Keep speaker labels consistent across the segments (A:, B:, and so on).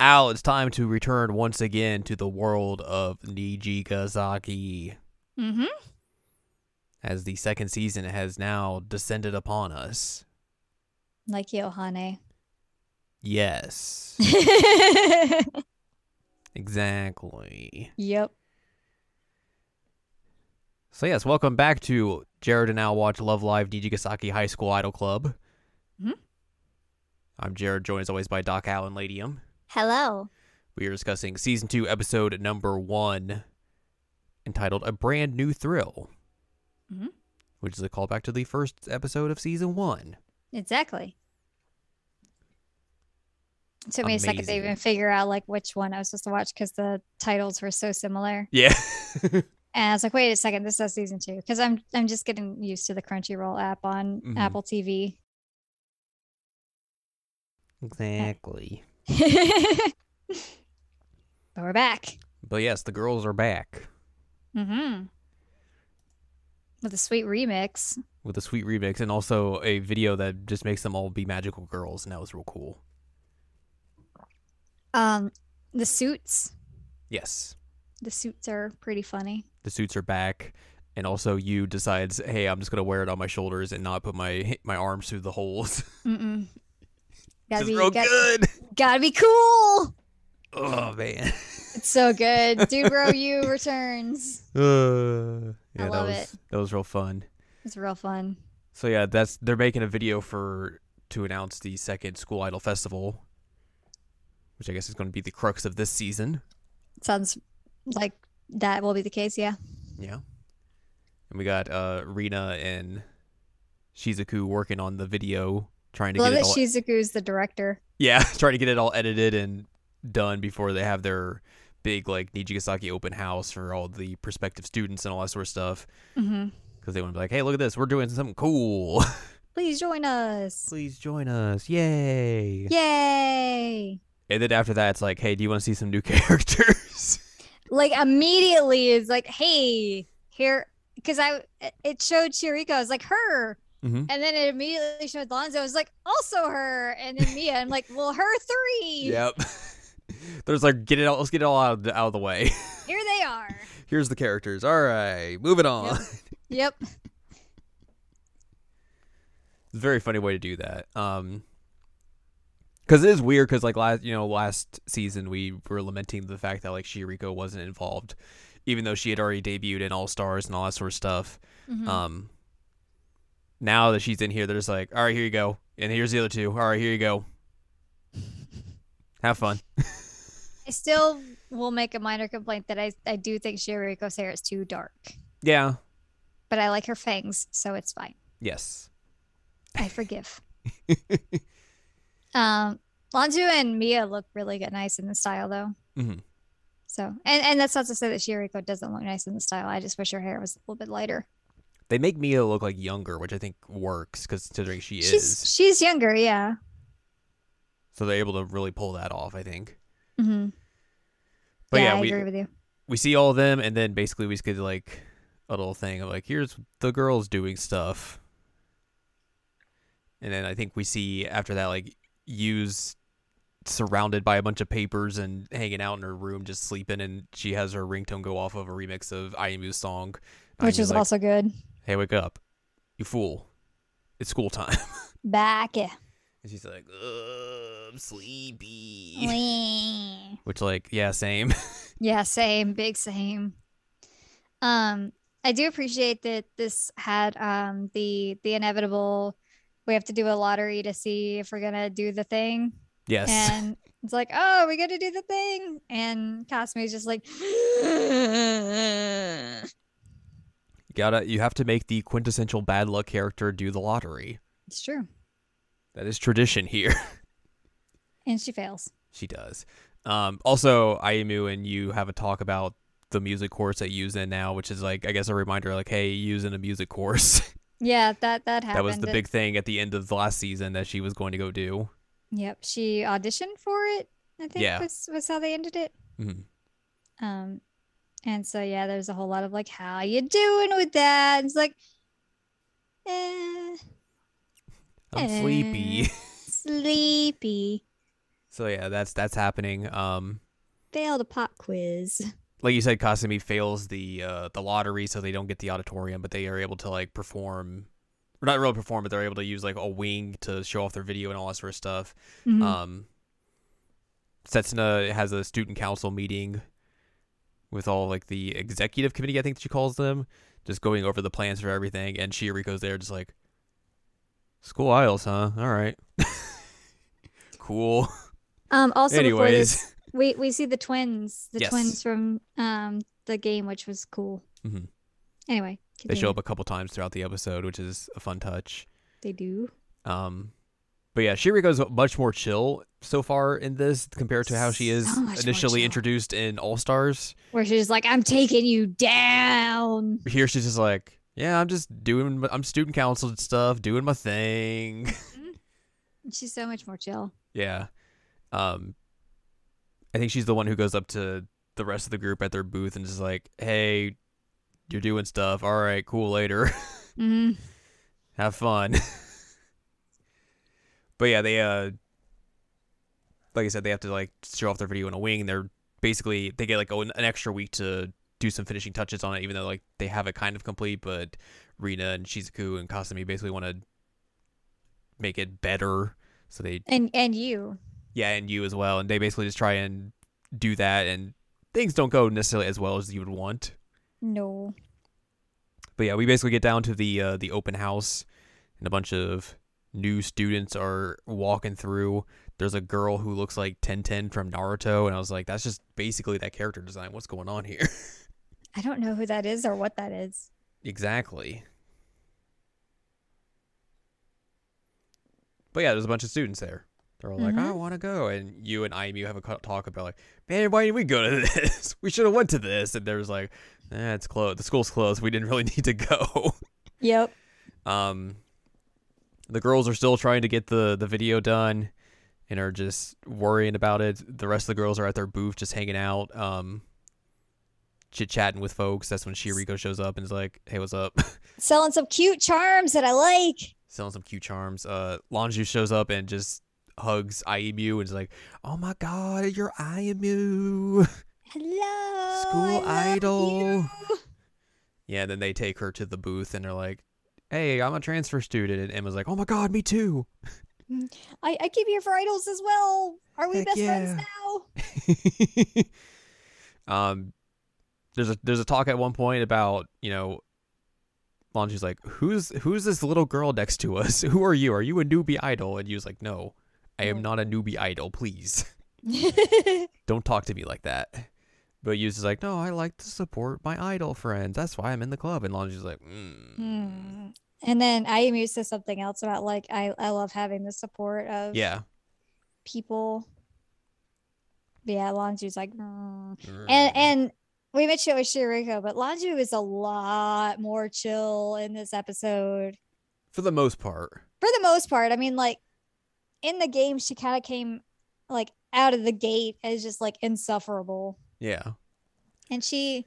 A: Al, it's time to return once again to the world of Nijikazaki.
B: Mm-hmm.
A: As the second season has now descended upon us.
B: Like Yohane.
A: Yes. exactly.
B: yep.
A: So, yes, welcome back to Jared and Al Watch Love Live Nijikazaki High School Idol Club.
B: Mhm.
A: I'm Jared, joined as always by Doc Al and Ladium.
B: Hello.
A: We are discussing season two, episode number one, entitled A Brand New Thrill,
B: Mhm.
A: which is a callback to the first episode of season one.
B: Exactly. It took me a second to
A: Amazing.
B: even figure out like which one I was supposed to watch because the titles were so similar.
A: Yeah.
B: And I was like, wait a second, this is season two. Because I'm I'm just getting used to the Crunchyroll app on
A: Mhm.
B: Apple TV.
A: exactly.
B: but we're back.
A: But yes, the girls are back
B: Mm-hmm. With a sweet remix.
A: with a sweet remix and also a video that just makes them all be magical girls, and that was real cool.
B: Um, the suits.
A: Yes.
B: The suits are pretty funny.
A: The suits are back. And also, you decides, hey, I'm just gonna wear it on my shoulders and not put my my arms through the holes.
B: Mm-mm.
A: It's
B: Gotta be,
A: real
B: got-
A: good.
B: gotta be cool.
A: Oh man.
B: It's so good. Dude, bro, you returns.
A: Uh, yeah, that
B: love
A: was that was real fun.
B: It's real fun.
A: So yeah, that's they're making a video for to announce the second School Idol Festival, which I guess is going to be the crux of this season.
B: Sounds like that will be the case. Yeah.
A: Yeah, and we got uh Rena and Shizuku working on the video, trying to
B: Love
A: get it
B: that
A: all
B: Shizuku's the director.
A: yeah, trying to get it all edited and done before they have their big like Nijigasaki open house for all the prospective students and all that sort of stuff
B: Mm-hmm.
A: because they want to be like, hey, look at this, we're doing something cool.
B: Please join us.
A: Please join us, yay!
B: Yay.
A: And then after that, it's like, hey, do you want to see some new characters?
B: like immediately is like, hey, here, because I it showed Chirico, I was like her,
A: Mhm.
B: and then it immediately showed Lonzo, I was like also her, and then Mia, I'm like, well, her three,
A: yep. There's like, get it all. Let's get it all out of the, out of the way.
B: here they are.
A: Here's the characters. All right, moving on.
B: Yep. Yep,
A: It's a very funny way to do that. Um, because it is weird. Because like last, you know, last season we were lamenting the fact that like Shiriko wasn't involved, even though she had already debuted in All Stars and all that sort of stuff.
B: Mhm.
A: Um, now that she's in here, they're just like, all right, here you go, and here's the other two. All right, here you go. Have fun.
B: I still will make a minor complaint that I I do think Chirico's hair is too dark,
A: Yeah.
B: but I like her fangs, so it's fine.
A: Yes.
B: I forgive. um, Lanzu and Mia look really good, nice in the style though.
A: Mhm.
B: So, and and that's not to say that Shiriko doesn't look nice in the style. I just wish her hair was a little bit lighter.
A: They make Mia look like younger, which I think works because considering she
B: she's
A: is,
B: she's younger, yeah.
A: so they're able to really pull that off. I think.
B: hmm
A: But yeah,
B: I
A: we
B: agree with you.
A: we see all of them, and then basically we just get like a little thing of like, here's the girls doing stuff, and then I think we see after that like use surrounded by a bunch of papers and hanging out in her room just sleeping and she has her ringtone go off of a remix of IMU's song
B: Which
A: IMU's
B: was
A: like,
B: also good.
A: hey wake up you fool it's school time
B: Back. Yeah.
A: And she's like, Ugh, I'm sleepy.
B: Wee.
A: Which, like, yeah, same.
B: yeah, same, big same. Um, I do appreciate that this had um the the inevitable. We have to do a lottery to see if we're gonna do the thing.
A: yes.
B: And it's like, oh, we got to do the thing. And Cosmo's just like, it's
A: You gotta, you have to make the quintessential bad luck character do the lottery.
B: true.
A: That is tradition here.
B: And she fails.
A: she does. Um, also, Aimu and you have a talk about the music course that you's in now, which is like, I guess a reminder, like, hey, you's in a music course.
B: Yeah, that that happened.
A: that was the big thing at the end of the last season that she was going to go do.
B: Yep, she auditioned for it. I think
A: Yeah.
B: was was how they ended it.
A: Mhm.
B: Um, and so yeah, there's a whole lot of like, how you doing with that? And it's like, eh,
A: I'm sleepy.
B: sleepy.
A: So yeah, that's that's happening. Um,
B: Failed a pop quiz.
A: like you said, Kasumi fails the uh, the lottery, so they don't get the auditorium, but they are able to like perform, or not really perform, but they're able to use like a wing to show off their video and all that sort of stuff.
B: Mhm.
A: Um, Setsuna has a student council meeting with all like the executive committee, I think she calls them, just going over the plans for everything. And Shiriko's there, just like school aisles, huh? All right, cool.
B: Um, also, before this,
A: Anyways,
B: we we see the twins, the
A: Yes.
B: twins from um the game, which was cool.
A: Mhm.
B: Anyway,
A: they show
B: continue.
A: up a couple times throughout the episode, which is a fun touch.
B: They do.
A: Um, but yeah, Shiriko's much more chill so far in this compared to how she is
B: So much more
A: initially
B: chill.
A: introduced in All Stars.
B: Where she's like, "I'm taking you down."
A: here she's just like, yeah, I'm just doing, my, I'm student council and stuff, doing my thing.
B: She's so much more chill.
A: yeah. Um, I think she's the one who goes up to the rest of the group at their booth and is like, hey, you're doing stuff. All right, cool. Later,
B: hmm
A: have fun. but yeah, they uh, like I said, they have to like show off their video in a wing. They're basically they get like an an extra week to do some finishing touches on it, even though like they have it kind of complete. But Rina and Shizuku and Kasumi basically want to make it better. So they
B: And and you,
A: yeah, and you as well, and they basically just try and do that, and things don't go necessarily as well as you would want.
B: no.
A: But yeah, we basically get down to the uh, the open house, and a bunch of new students are walking through. There's a girl who looks like Ten Ten from Naruto, and I was like, that's just basically that character design. What's going on here?
B: I don't know who that is or what that is.
A: exactly. But yeah, there's a bunch of students there. They're all like,
B: Mhm.
A: I want to go, and you and IMU have a co- talk about like, man, why didn't we go to this? We should have went to this. And there was like, eh, it's closed. The school's closed. We didn't really need to go.
B: Yep.
A: Um, the girls are still trying to get the the video done and are just worrying about it. The rest of the girls are at their booth just hanging out, um, chit chatting with folks. That's when Shiriko shows up and is like, "Hey, what's up?"
B: Selling some cute charms that I like.
A: Selling some cute charms. Uh, Lanju shows up and just hugs IMU and is like, "Oh my god, you're IMU."
B: Hello.
A: School
B: I
A: idol.
B: love you.
A: Yeah, then they take her to the booth and they're like, "Hey, I'm a transfer student." And Emma's like, "Oh my god, me too."
B: I, I keep here for idols as well. Are we
A: Heck
B: best
A: yeah.
B: friends now?
A: um, there's a there's a talk at one point about you know, Lanji's like, who's who's this little girl next to us? Who are you? Are you a newbie idol? And Yu's like, no, I am
B: No.
A: not a newbie idol. Please don't talk to me like that. But Yu's just like, no, I like to support my idol friends. That's why I'm in the club. And Lanji's like, mm.
B: Hmm. And then IMU says something else about like I, I love having the support of
A: yeah,
B: people. But yeah, Lanju's like, "Mm." and and we mentioned it with Shiriko, but Lanju is a lot more chill in this episode
A: for the most part,
B: for the most part. I mean, like in the game, she kind of came like out of the gate as just like insufferable,
A: yeah.
B: and she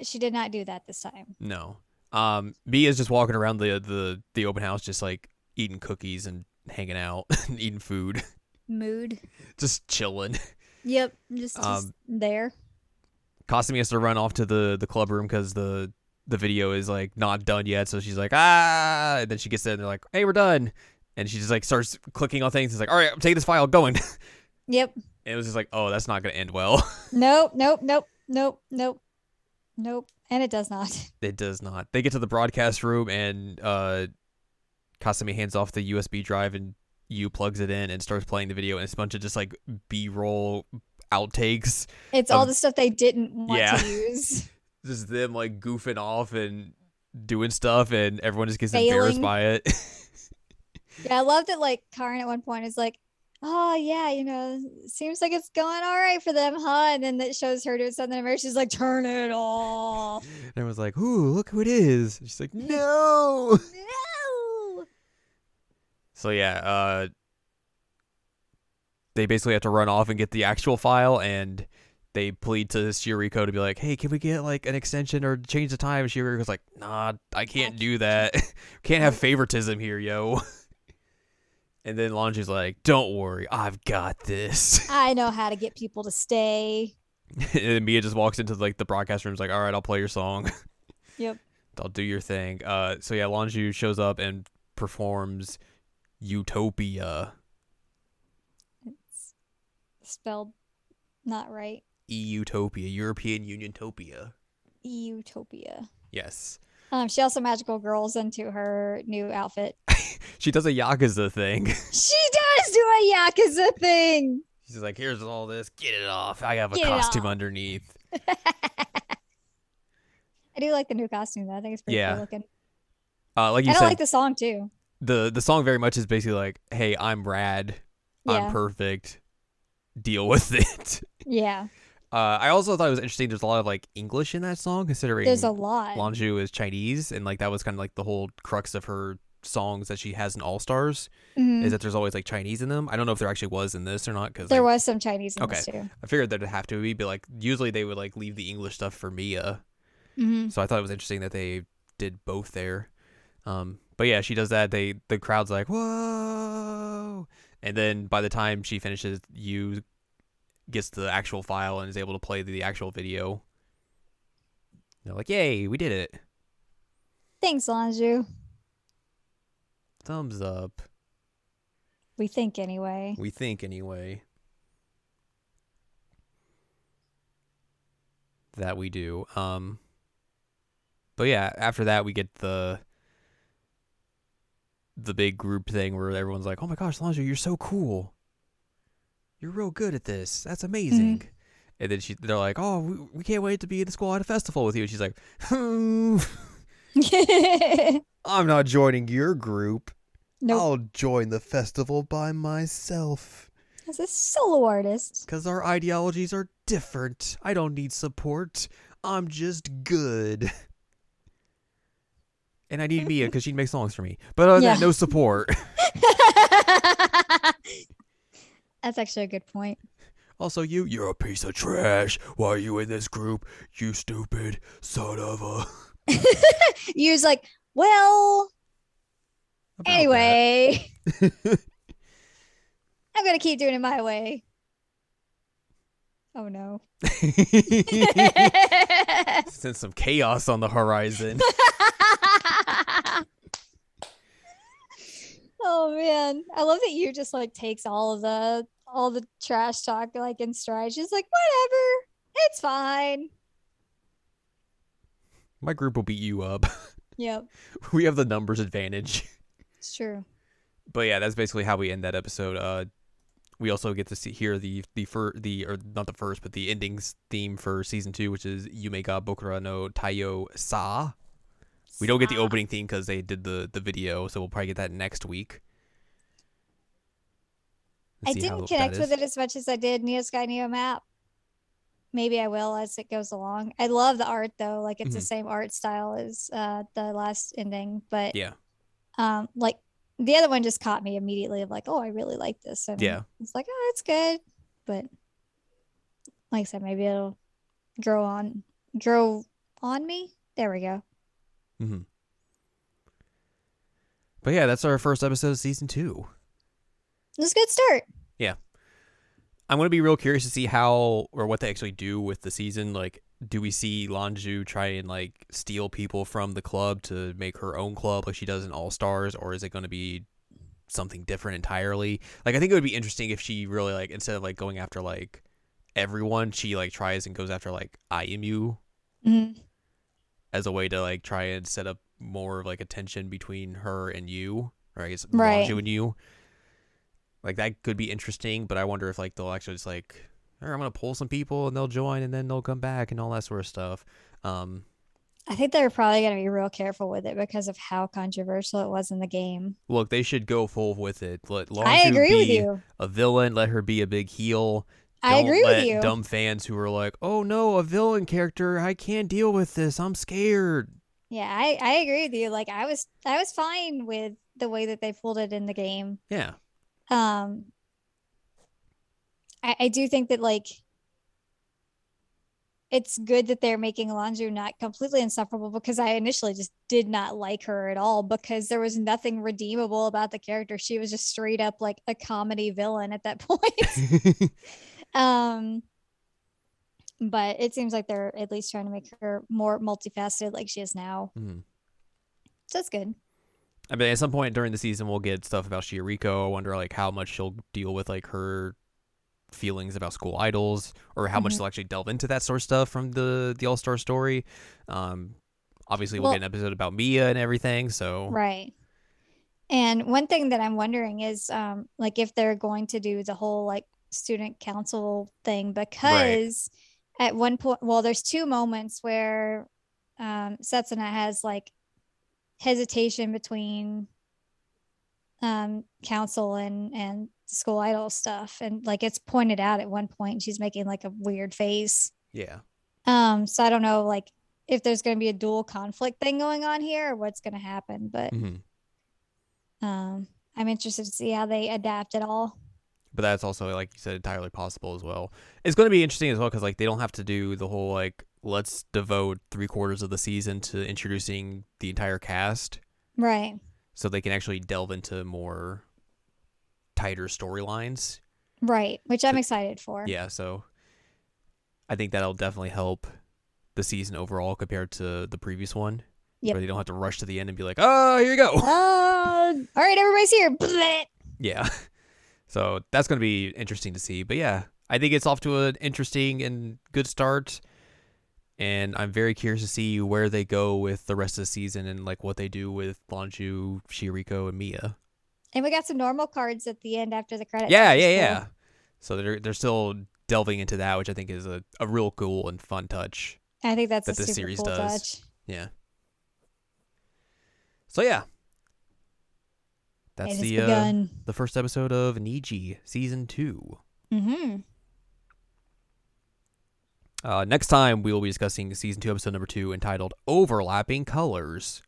B: she did not do that this time.
A: No. Um, B is just walking around the the the open house, just like eating cookies and hanging out, and eating food,
B: Mood.
A: just chilling.
B: Yep, just, just
A: Um,
B: there.
A: Kasumi has to run off to the the club room because the the video is like not done yet. So she's like ah, and then she gets there and they're like, hey, we're done, and she just like starts clicking on things. It's like, all right, I'm taking this file, I'm going.
B: Yep.
A: And it was just like, oh, that's not gonna end well.
B: Nope, nope, nope, nope, nope, nope. And it does not.
A: It does not. They get to the broadcast room and uh Kasumi hands off the USB drive and you plugs it in and starts playing the video and it's a bunch of just like B roll outtakes.
B: It's all
A: Um,
B: the stuff they didn't want
A: yeah.
B: to use.
A: Just them like goofing off and doing stuff and everyone just gets embarrassed
B: Failing.
A: by it.
B: Yeah, I love that like Karin at one point is like, Oh yeah, you know, seems like it's going all right for them, huh? And then that shows her doing something and she's like, Turn it off.
A: and everyone's like, Ooh, look who it is. She's like, No
B: no.
A: So yeah, uh they basically have to run off and get the actual file and they plead to Shiriko to be like, "Hey, can we get like an extension or change the time?" And Shiriko's like, "Nah, I can't do that. Can't have favoritism here, yo." And then Laundrie's like, "Don't worry, I've got this."
B: I know how to get people to stay.
A: and then Mia just walks into like the broadcast room. Is like, "All right, I'll play your song.
B: Yep.
A: I'll do your thing." Uh, so yeah, Laundrie shows up and performs "Utopia."
B: It's spelled not right.
A: Utopia, E European Union Topia.
B: Utopia.
A: Yes.
B: Um, she also magical girls into her new outfit.
A: She does a Yakuza thing.
B: She does do a yakuza thing.
A: She's like, here's all this, get it off. I have a
B: Get it
A: costume
B: off."
A: underneath.
B: I do like the new costume though. I think it's pretty
A: Yeah.
B: cool looking.
A: Uh, like you
B: and
A: said,
B: I like the song too.
A: the the song very much is basically like, hey, I'm rad,
B: Yeah.
A: I'm perfect, deal with it.
B: yeah.
A: Uh, I also thought it was interesting. There's a lot of like English in that song, considering
B: There's a lot.
A: Lanju is Chinese, and like that was kind of like the whole crux of her songs that she has in All Stars
B: Mhm.
A: is that there's always like Chinese in them. I don't know if there actually was in this or not because
B: there was some Chinese in this too.
A: I figured there'd have to be, but like usually they would like leave the English stuff for Mia.
B: hmm
A: So I thought it was interesting that they did both there. Um, but yeah, she does that. They the crowd's like whoa, and then by the time she finishes, you gets the actual file and is able to play the actual video. They're like, yay, we did it!
B: Thanks, Lanju.
A: Thumbs up.
B: We think anyway.
A: We think anyway. That we do. Um But yeah, after that we get the the big group thing where everyone's like, "Oh my gosh, Lanjo, you're so cool. You're real good at this. That's amazing." And then she, they're like, "Oh, we, we can't wait to be at the school at a festival with you." And she's like, hmm, "I'm not joining your group.
B: nope.
A: I'll join the festival by myself."
B: As a solo artist.
A: Because our ideologies are different. I don't need support. I'm just good. And I need Mia because she makes songs for me. But other than that,
B: Yeah.
A: no support.
B: That's actually a good point.
A: Also, you, you're a piece of trash. Why are you in this group? You stupid son of a.
B: You was like, well,
A: About that.
B: anyway, I'm gonna keep doing it my way. Oh no.
A: Send some chaos on the horizon.
B: oh man, I love that you just like takes all of the all the trash talk like in stride. She's like, whatever, it's fine.
A: My group will beat you up.
B: Yep,
A: We have the numbers advantage.
B: it's true.
A: but yeah, that's basically how we end that episode. Uh, we also get to see hear the the fir- the or not the first, but the endings theme for season two, which is Yume ga Bokura no Taiyo Sa. We don't get the opening theme because they did the the video, so we'll probably get that next week.
B: I
A: Let's see how
B: didn't
A: that
B: connect with
A: is.
B: it as much as I did Neo Sky Neo Map. Maybe I will as it goes along. I love the art though; like it's the
A: Mhm.
B: same art style as uh, the last ending, but
A: Yeah,
B: um, like the other one just caught me immediately. Of like, oh, I really like this. And
A: Yeah.
B: it's like, oh, it's good, but like I said, maybe it'll grow on, grow on me. There we go.
A: but yeah, that's our first episode of season two.
B: It's a good start.
A: I'm gonna be real curious to see how or what they actually do with the season. Like, do we see Lanju try and like steal people from the club to make her own club, like she does in All Stars, or is it gonna be something different entirely? Like, I think it would be interesting if she really like instead of like going after like everyone, she like tries and goes after like IMU
B: Mhm.
A: as a way to like try and set up more of like a tension between her and you, or I guess
B: Right.
A: Manju and you. Like that could be interesting, but I wonder if like they'll actually just like, "All right, I'm gonna pull some people and they'll join and then they'll come back and all that sort of stuff. Um,
B: I think they're probably going to be real careful with it because of how controversial it was in the game.
A: look, they should go full with it. Let Lonju
B: I agree
A: be
B: with you.
A: a villain. Let her be a big heel.
B: I
A: Don't
B: agree
A: let
B: with you.
A: Dumb fans who are like, "Oh no, a villain character! I can't deal with this. I'm scared."
B: Yeah, I, I agree with you. Like I was I was fine with the way that they pulled it in the game.
A: Yeah,
B: Um I, I do think that like it's good that they're making Alonzo not completely insufferable because I initially just did not like her at all because there was nothing redeemable about the character. She was just straight up like a comedy villain at that point. um, but it seems like they're at least trying to make her more multifaceted like she is now.
A: Mhm.
B: So that's good.
A: I mean, at some point during the season, we'll get stuff about Shiriko. I wonder like how much she'll deal with like her feelings about school idols, or how much
B: Mhm.
A: they'll actually delve into that sort of stuff from the the All Star story. Um, obviously, we'll, get an episode about Mia and everything. So
B: Right. And one thing that I'm wondering is um like if they're going to do the whole like student council thing because at one point well there's two moments where um Setsuna has like hesitation between um council and and school idol stuff and like it's pointed out at one point she's making like a weird face
A: yeah,
B: um, so I don't know, like if there's going to be a dual conflict thing going on here or what's going to happen, but
A: hmm Mm.
B: um, I'm interested to see how they adapt it all.
A: but that's also like you said, entirely possible as well. It's going to be interesting as well because like they don't have to do the whole like let's devote three quarters of the season to introducing the entire cast.
B: Right.
A: so they can actually delve into more tighter storylines.
B: Right. Which I'm
A: So-
B: excited for.
A: Yeah, so I think that'll definitely help the season overall compared to the previous one.
B: Yep.
A: Where they don't have to rush to the end and be like, oh, here you go.
B: Uh, all right. Everybody's here. Bleh.
A: yeah. So that's going to be interesting to see. But yeah, I think it's off to an interesting and good start. And I'm very curious to see where they go with the rest of the season and like what they do with Bonju, Shiriko, and Mia.
B: And we got some normal cards at the end after the credits.
A: yeah,
B: which
A: yeah,
B: is cool.
A: yeah. So they're they're still delving into that, which I think is a, a real cool and fun touch.
B: I think that's
A: That this
B: a super
A: series
B: cool
A: does.
B: touch.
A: Yeah. So yeah.
B: It
A: That's
B: has
A: the uh,
B: begun.
A: the first episode of Niji season two.
B: hmm
A: Uh, next time we will be discussing season two, episode number two, entitled "Overlapping Colors."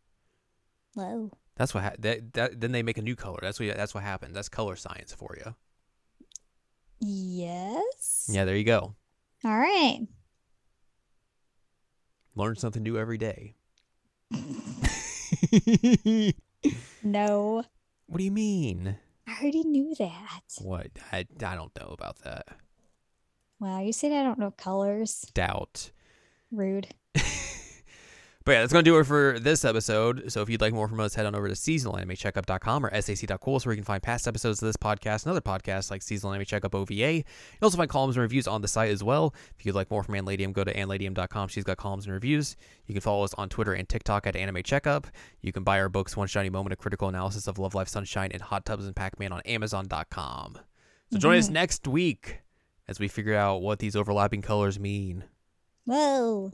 B: Whoa.
A: That's what ha- that, that then they make a new color. That's what that's what happens. That's color science for you.
B: Yes.
A: Yeah, there you go.
B: All right.
A: Learn something new every day.
B: No,
A: what do you mean?
B: I already knew that.
A: What I, I don't know about that.
B: Wow. You said I don't know colors.
A: Doubt.
B: Rude.
A: But yeah, that's going to do it for this episode. So if you'd like more from us, head on over to seasonalanimecheckup.com or sac.cool so where you can find past episodes of this podcast and other podcasts like Seasonal Anime Checkup OVA. You'll also find columns and reviews on the site as well. If you'd like more from Anladium, go to anladium.com. She's got columns and reviews. You can follow us on Twitter and TikTok at Anime Checkup. You can buy our books, One Shiny Moment, A Critical Analysis of Love, Life, Sunshine, and Hot Tubs and Pac-Man on Amazon.com. So join us
B: Mhm.
A: next week as we figure out what these overlapping colors mean.
B: Whoa.